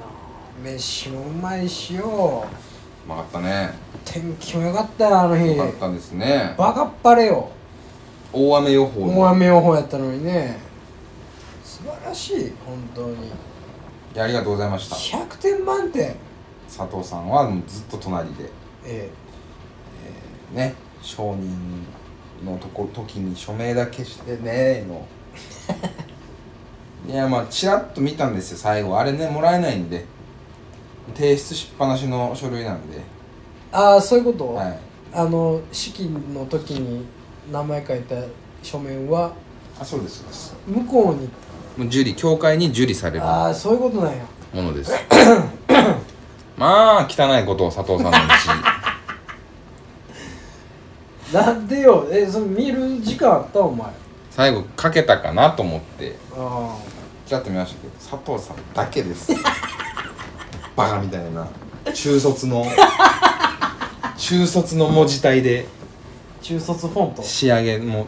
S1: 飯もうまいしよ
S2: うまかったね
S1: 天気もよかったよあの日
S2: よかったですね
S1: バカっぱれよ
S2: 大雨予報
S1: 大雨予報やったのにね素晴らしい本当に
S2: いやありがとうございました
S1: 100点満点
S2: 佐藤さんはもうずっと隣で
S1: え
S2: ね承認のとこ時に署名だけしてね <laughs> のいやまあチラッと見たんですよ最後あれねもらえないんで提出しっぱなしの書類なんで、
S1: えああそういうこと、
S2: はい、
S1: あの式の時に名前書いた書面は
S2: あそうですそうです
S1: 向こうに
S2: もう受理教会に受理される
S1: あ
S2: も
S1: あそういうことなんや
S2: のです <coughs> まあ汚いことを佐藤さんのう <laughs> ち
S1: なんでよえそれ見る時間あったお前あ
S2: 最後かけたかなと思って
S1: あ
S2: ちらっと見ましたけど佐藤さんだけですバカみたいな中卒の中卒の文字体で
S1: 中卒フォント
S2: 仕上げもう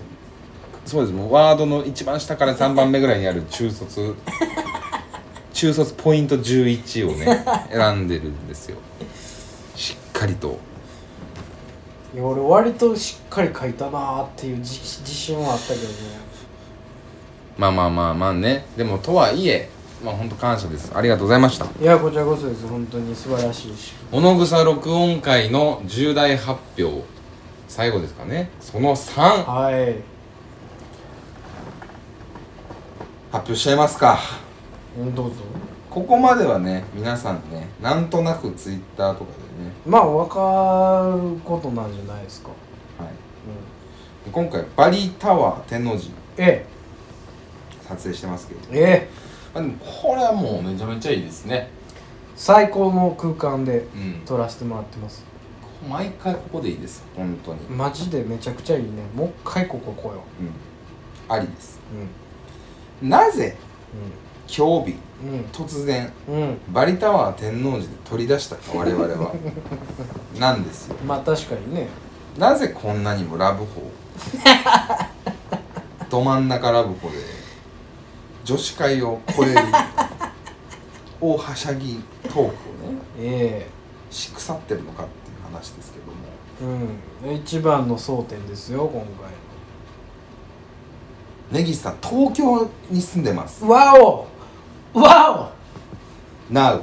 S2: そうですもうワードの一番下から3番目ぐらいにある中卒中卒ポイント11をね選んでるんですよしっかりと
S1: いや俺割としっかり書いたなーっていう自自信はあったけどね
S2: まあまあまあまあねでもとはいえまあ本当感謝ですありがとうございました
S1: いやこちらこそです本当に素晴らしいし
S2: 小野草録音会の重大発表最後ですかねその3発
S1: はい
S2: 表しちゃいますか
S1: うんどうぞ
S2: ここまではね皆さんねなんとなくツイッターとかでね、
S1: まあ分かることなんじゃないですか、
S2: はい、
S1: うん、
S2: で今回バリータワー天王寺
S1: え
S2: 撮影してますけど、
S1: えええ
S2: まあ、でもこれはもうめちゃめちゃいいですね
S1: 最高の空間で
S2: うん
S1: 撮らせてもらってます
S2: 毎回ここでいいです本当にうん
S1: マジでめちゃくちゃいいねもう一回ここ来よ
S2: ありです
S1: う
S2: なぜ
S1: う
S2: 今日日
S1: んうん
S2: 突然
S1: うんうん
S2: バリタワー天王寺で取り出したか我々 <laughs> はなんですよ
S1: まあ確かにね
S2: なぜこんなにもラブホ
S1: <laughs>
S2: ーど真ん中ラブホで女子会を超え
S1: <laughs>
S2: る大はしゃぎトークをね
S1: え
S2: し腐ってるのかっていう話ですけども
S1: えうん一番の争点ですよ今回
S2: 根岸さん東京に住んでます
S1: わおわ <laughs>
S2: NOW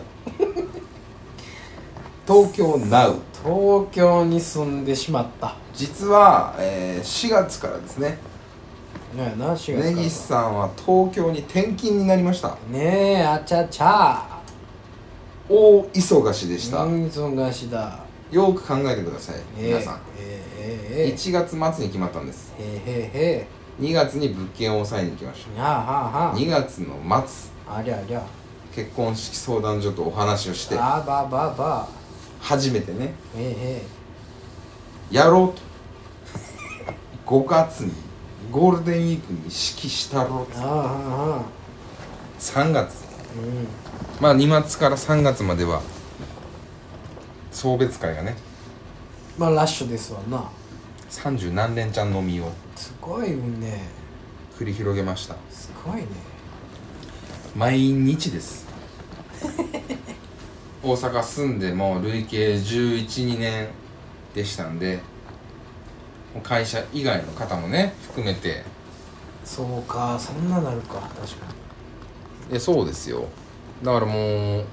S2: 東京 NOW
S1: お東京に住んでしまった
S2: 実は、えー4月からですね
S1: ねえな4月から
S2: 根岸さんは東京に転勤になりました
S1: ねえあちゃちゃ
S2: 大忙しでした、
S1: うん忙しだ
S2: よく考えてください、
S1: ええ
S2: 皆さん
S1: ええええ
S2: 1月末に決まったんです
S1: えええええ
S2: 2月に物件を押さえに行きまし
S1: えはあはあ
S2: た
S1: は
S2: 2月の末
S1: あありゃありゃ
S2: 結婚式相談所とお話をして
S1: あばばば
S2: 初めてね
S1: え
S2: やろうと5月にゴールデンウィークに式したろう
S1: えええ
S2: と
S1: ああはあはあ
S2: 3月
S1: うん
S2: まあ2月から3月までは送別会がね
S1: まあラッシュですわな
S2: 30何連ちゃんのみを
S1: すごいね
S2: 繰り広げました
S1: すごいね
S2: 毎日です大阪住んでもう累計112年でしたんでもう会社以外の方もね含めて
S1: そうかそんななるか確か
S2: えそうですよだからもう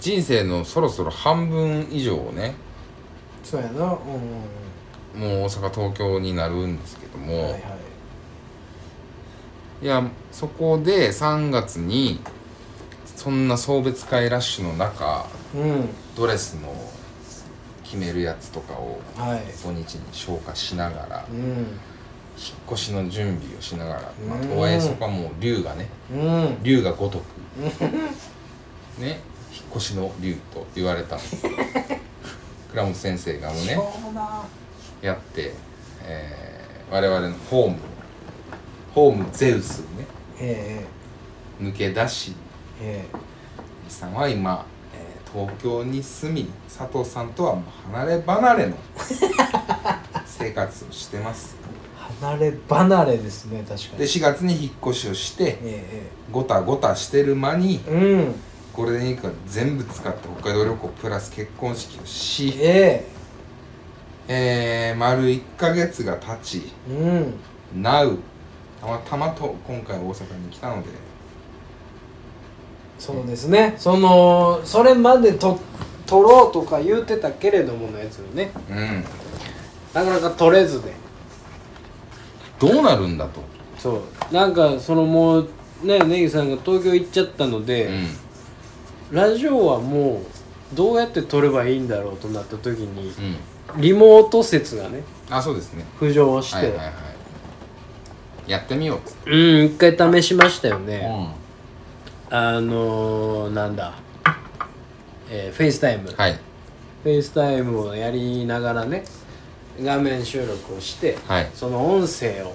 S2: 人生のそろそろ半分以上をね
S1: にそうやなうんうんうん
S2: もう大阪東京になるんですけども、
S1: はいはい
S2: い、やそこで3月にそんな送別会ラッシュの中
S1: うん
S2: ドレスの決めるやつとかを
S1: はい
S2: 土日に消化しながら
S1: うん
S2: 引っ越しの準備をしながら、まあ、
S1: うん
S2: とはいえそこはもう龍がね
S1: うん
S2: 龍が
S1: <laughs>
S2: 如くね引っ越しの龍と言わ
S1: <laughs>
S2: れた倉本先生がもう
S1: しょ
S2: ね
S1: うもな
S2: やって、えー我々のホームホームゼウスにね
S1: え
S2: 抜け出し
S1: ええ
S2: 西さんは今、えー東京に住み佐藤さんとはもう離れ離
S1: <laughs>
S2: れの生活をしてます
S1: え離れ離れですね確か
S2: で
S1: に
S2: 4月に引っ越しをして
S1: え
S2: ごたごたしてる間に
S1: えええうん
S2: ゴールデンウィークは全部使って北海道旅行プラス結婚式をし、
S1: え
S2: えー、丸1ヶ月が経ち
S1: えうん
S2: なうたまたまと今回大阪に来たので
S1: そうですねそのそれまでと取ろうとか言うてたけれどものやつをね
S2: うん
S1: なかなか取れずで
S2: どうなるんだと、
S1: そうなんかそのもうねネギさんが東京行っちゃったの
S2: う
S1: で、
S2: ん、
S1: ラジオはもうどうやって撮ればいいんだろうとなった時に
S2: うん、
S1: リモート説がね
S2: あそうですね
S1: 浮上し
S2: は
S1: て、
S2: いはいはいやってみようっつって、
S1: うん一回試しましたよ
S2: う
S1: ね、
S2: ん、
S1: あのー、なんだえー、フェイスタイム、
S2: はい
S1: フェイスタイムをやりながらね画面収録をして、
S2: はい
S1: その音声を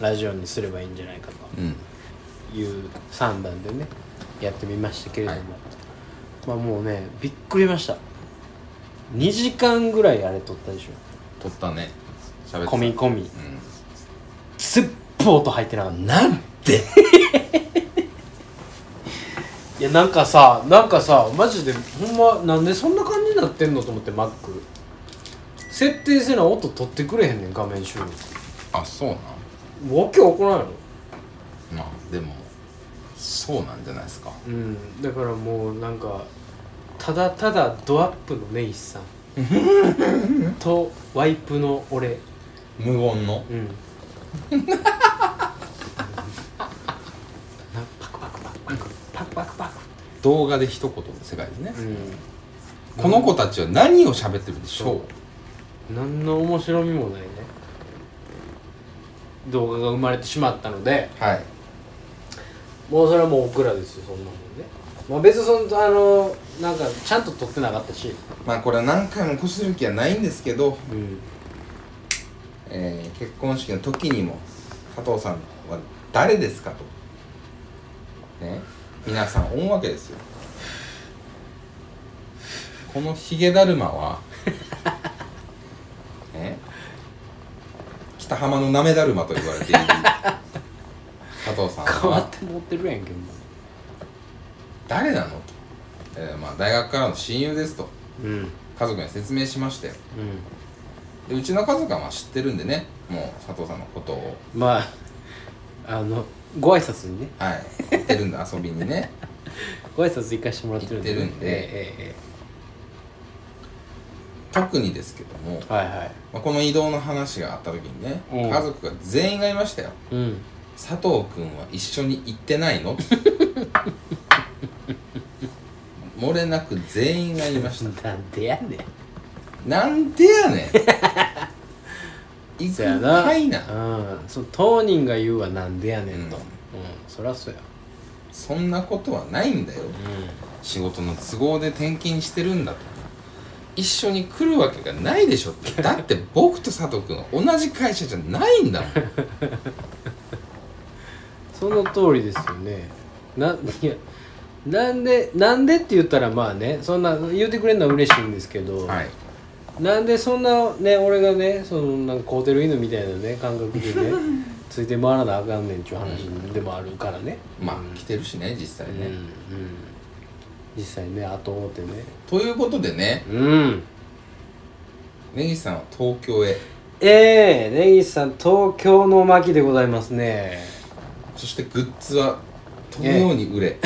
S1: ラジオにすればいいんじゃないかと
S2: うん
S1: いう算段でねやってみましたけれども、まあもうねびっくりました2時間ぐらいあれ撮ったでし
S2: 撮ったね喋って
S1: ょ込
S2: た
S1: み込み
S2: う
S1: 全部音入ってなかった
S2: んなんて
S1: いやなんかさなんかさマジでほんまなんでそんな感じになってんのと思って Mac 設定せな音取ってくれへんねん画面収録
S2: あそうなん
S1: わけわからんやろ
S2: まあでもそうなんじゃないですか
S1: うんだからもうなんかただただドアップの根岸さんとワイプの俺
S2: 無言の
S1: うんなパクパクパクパクパクパクパ
S2: 動画で一言の世界ですね
S1: ク、うん
S2: この子たちは何を喋ってるでしょう
S1: 何の面白みもないね動画が生まれてしまったので
S2: はい
S1: もうそれはもう僕らですよそんなもんねまあ別にそのあのなんかちゃんと撮ってなかったし
S2: まあこれは何回もこする気はないんですけ
S1: う
S2: ど、
S1: ん
S2: えー結婚式の時にも加藤さんは誰ですかとね皆さん思うわけですよこのヒゲだるまは <laughs> ね北浜のなめだるまと言われている加藤さん
S1: 変わ
S2: は
S1: って持ってるやんけも
S2: 誰なのと、えーまあ、大学からの親友ですと
S1: ううん
S2: 家族に説明しまして
S1: うん
S2: でうちの家族はまあ知ってるんでねもう佐藤さんのことを
S1: まああのご挨拶にね
S2: はい行っ
S1: <laughs>
S2: てるんだ遊びにね
S1: ご挨拶行かしてもらってる
S2: 行ってるんで
S1: えええ
S2: 特にですけども、
S1: えはいはい
S2: まあ、この移動の話があった時にね
S1: うん
S2: 家族が全員がいましたよ
S1: うん
S2: 佐藤君は一緒に行ってないの漏れなく全員がい
S1: <laughs>
S2: ました
S1: なんでやねん
S2: なんでやね
S1: <laughs>
S2: ん行く
S1: そやな
S2: かいな
S1: うん、その当人が言うはなんでやねんと、
S2: う
S1: うんんそりゃそうや、
S2: そんなことはないんだよ仕事の都合で転勤してるんだと一緒に来るわけがないでし
S1: <laughs>
S2: ょってだって僕と佐藤君は同じ会社じゃないんだも
S1: <laughs>
S2: ん
S1: その通りですよねないやなんでなんでって言ったらまあねそんな言うてくれるのは嬉しいんですけど、
S2: はい
S1: なんでそんなね俺がねそのなんか飼うてる犬みたいなね感覚で
S2: <laughs>
S1: ねついて回らなあかんねんちゅう話でもあるからね
S2: ま
S1: うん
S2: あ来てるしね実際
S1: うんう
S2: ね、
S1: ん、実際ね後追ってね
S2: ということでね
S1: うん
S2: 根岸さんは東京へ
S1: ええー、根岸さん東京の巻でございますね
S2: そしてグッズは飛ぶように
S1: <laughs>
S2: 売れ、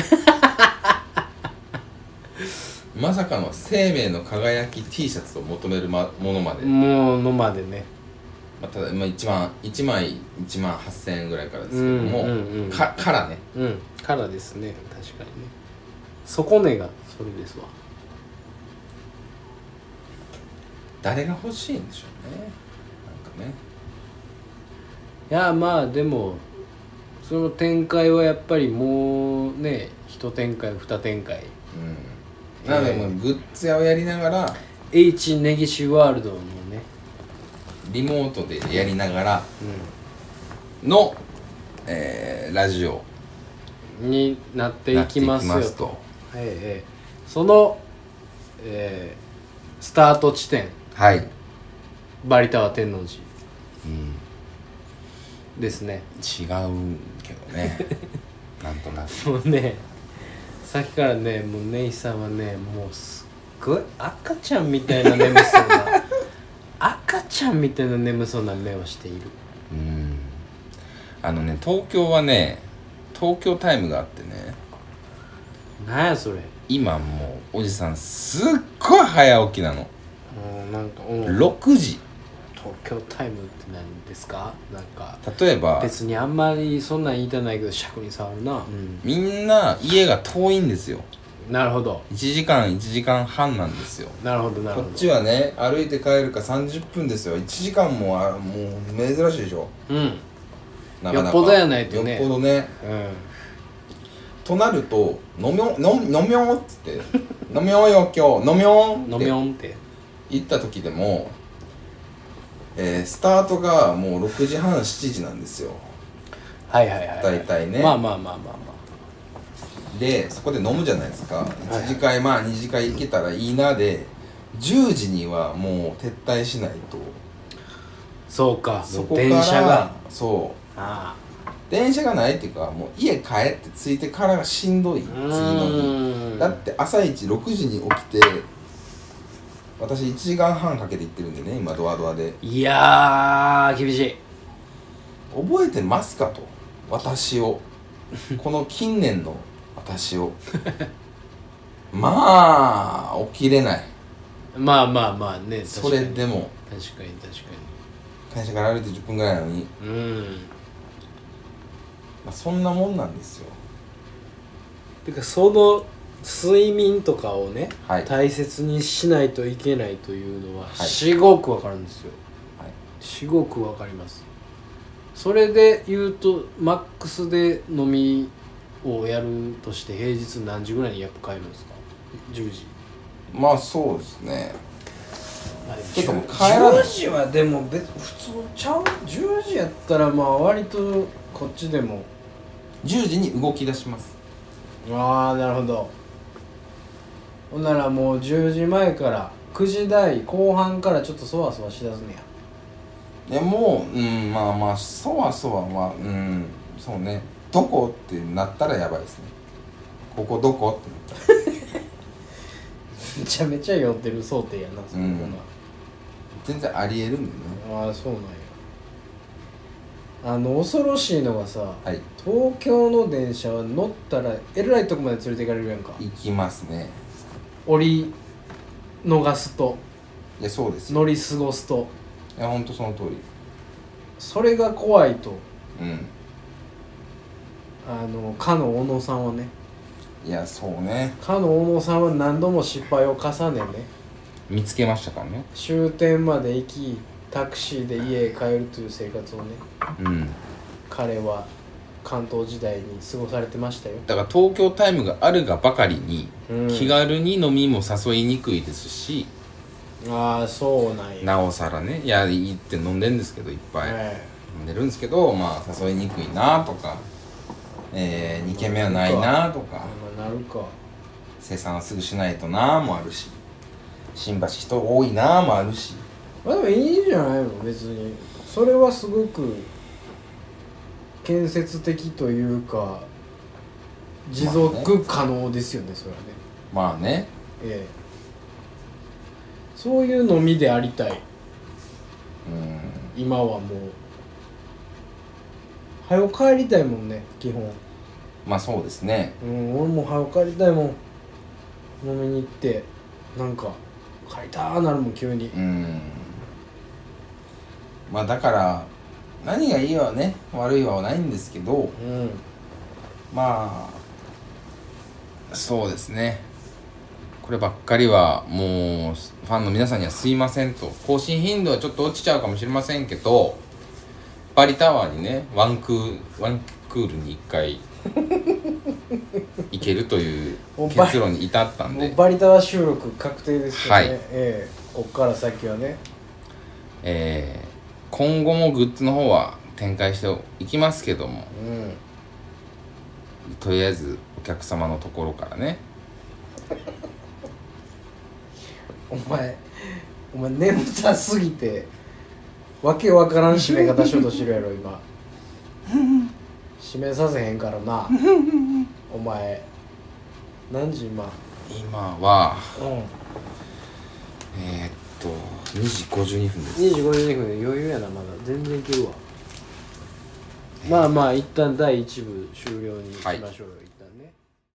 S2: まさかの生命の輝き T シャツを求めるまものまで、ま
S1: もうのまでね
S2: あ、ただ、まあ、1万1枚1万8000円ぐらいからですけども、
S1: うんうんうん
S2: かからね
S1: うんからですね確かにね底根がそれですわ
S2: 誰が欲しいんでしょうねなんかね
S1: いやまあでもその展開はやっぱりもうね一展開二展開
S2: うんなのでもうグッズ屋をやりながら
S1: H 根岸ワールドのね
S2: リモートでやりながら
S1: う
S2: の、えーラジオ
S1: んになっていきますよ
S2: なってい
S1: と
S2: きますと
S1: ええええその、えースタート地点
S2: はい、
S1: バリタワ天王寺
S2: うん、
S1: ですね
S2: 違うけどね <laughs> なんとなく
S1: もうねさっきからねもうネイさんはねもうすっごい赤ちゃんみた
S2: <laughs>
S1: いな眠そうな赤ちゃんみたいな眠そうな目をしている
S2: うんあのね東京はね東京タイムがあってね
S1: なんやそれも
S2: 今もうおじさんすっごい早起きなの
S1: うなんかうん東
S2: 6時
S1: 京タイムって何ですかなんか
S2: 例えば
S1: 別にあんまりそんなん言いたないけど尺に触るな、うん、
S2: みんな家が遠いんですよ
S1: なるほど
S2: 1時間1時間半なんですよ
S1: なるほどなる
S2: こ
S1: ほ
S2: っ
S1: ど
S2: ちはね歩いて帰るか30分ですよ1時間もあもう珍しいでしょ
S1: うん
S2: なかなか
S1: よっぽどやないとね
S2: よっぽどね
S1: うん
S2: となると「飲みょん飲み飲みょん」っつって <laughs> 「飲みょんよ今日飲みょん」
S1: 飲
S2: っ
S1: み
S2: て
S1: ょんって
S2: 行った時でも、えースタートがもう6時半7時なんですよ
S1: はいはいはい、はい、
S2: 大体ね
S1: まあまあまあまあま
S2: でそこで飲むじゃないですか1次会まあ2次会行けたらいいなで10時にはもう撤退しないと
S1: そうか
S2: そこから
S1: 電車が
S2: そう
S1: あ
S2: 電車がないっていうかもう家帰って着いてからがしんどい次
S1: あう
S2: の日
S1: ーん
S2: だって朝一6時に起きて私1時間半かけて行ってるんでね今ドアドアで
S1: いやー厳しい
S2: 覚えてますかと私をこの近年の私をまあ起きれない
S1: まあまあまあね
S2: それでも
S1: 確かに確か
S2: 会社から歩いて10分ぐらいなのに、
S1: にうん
S2: まあ、そんなもんなんですよ
S1: てかその睡眠とかをね、
S2: はい
S1: 大切にしないといけないというのは、
S2: はい
S1: 至極わかるんですよ
S2: はい
S1: 至極わかりますそれで言うとマックスで飲みをやるとして平日何時ぐらいにやっぱ帰るんですか10時
S2: まあそうですねちょっともう帰らな
S1: 10
S2: い
S1: 時はでも別普通ちゃう10時やったらまあ割とこっちでも
S2: 10時に動き出します
S1: ああなるほどほんならもう10時前から9時台後半からちょっとそわそわしだすねや
S2: でもううんまあまあそわそわまあうんそうねどこってなったらやばいですねここどこってなっ
S1: めちゃめちゃ酔ってる想定やなそんなのは
S2: たら全然ありえるんでね
S1: ああそうなんやあの恐ろしいのがさ、
S2: はい
S1: 東京の電車は乗ったらえらいとこまで連れて行かれるやんか
S2: 行きますね
S1: 降り逃すと
S2: いやそうですよ
S1: 乗り過ごすと
S2: いやほんとその通り
S1: それが怖いと
S2: うん
S1: あのかの小野さんはね
S2: いやそうね
S1: かの小野さんは何度も失敗を重ねね
S2: 見つけましたからね
S1: 終点まで行きタクシーで家へ帰るという生活をね
S2: うん
S1: 彼は関東時代に過ごされてましたよ
S2: だから東京タイムがあるがばかりに、
S1: うん
S2: 気軽に飲みも誘いにくいですし
S1: ああそうなんや
S2: なおさらねいや行って飲んでんですけどいっぱい、
S1: え
S2: 飲んでるんですけどまあ誘いにくいなとか、え2軒目はないなとか
S1: えまあなるか
S2: 生産はすぐしないとなもあるし新橋人多いなもあるし
S1: まあでもいいじゃないの別にそれはすごく建設的というか持続可能ですよねそれはね
S2: まあね
S1: ええそういうのみでありたい
S2: うん
S1: 今はもう早よ帰りたいもんね基本
S2: まあそうですね
S1: うん俺も早よ帰りたいもん飲みに行ってなんか帰りたーなるもん急に
S2: うんまあだから何がいいわね悪いわはないんですけど
S1: うん
S2: まあそうですねこればっかりはもうファンの皆さんにはすいませんと更新頻度はちょっと落ちちゃうかもしれませんけどバリタワーにねワンクーワンクールに1回行けるという
S1: おバリ
S2: 結論に至ったん
S1: もう
S2: で、
S1: バリタワ収録確定ですよね、
S2: はい
S1: ええこっから先はね
S2: えー今後もグッズの方は展開していきますけども
S1: うん
S2: とりあえずお客様のところからね
S1: お前お前眠たすぎてわけわからん締め方しようとしてるやろ今締めさせへんからなお前何時今
S2: 今は
S1: うん
S2: えーっと2時52分です
S1: 2時52分で余裕やなまだ全然いけるわまあまあ一旦第1部終了にしましょうよ、一旦ね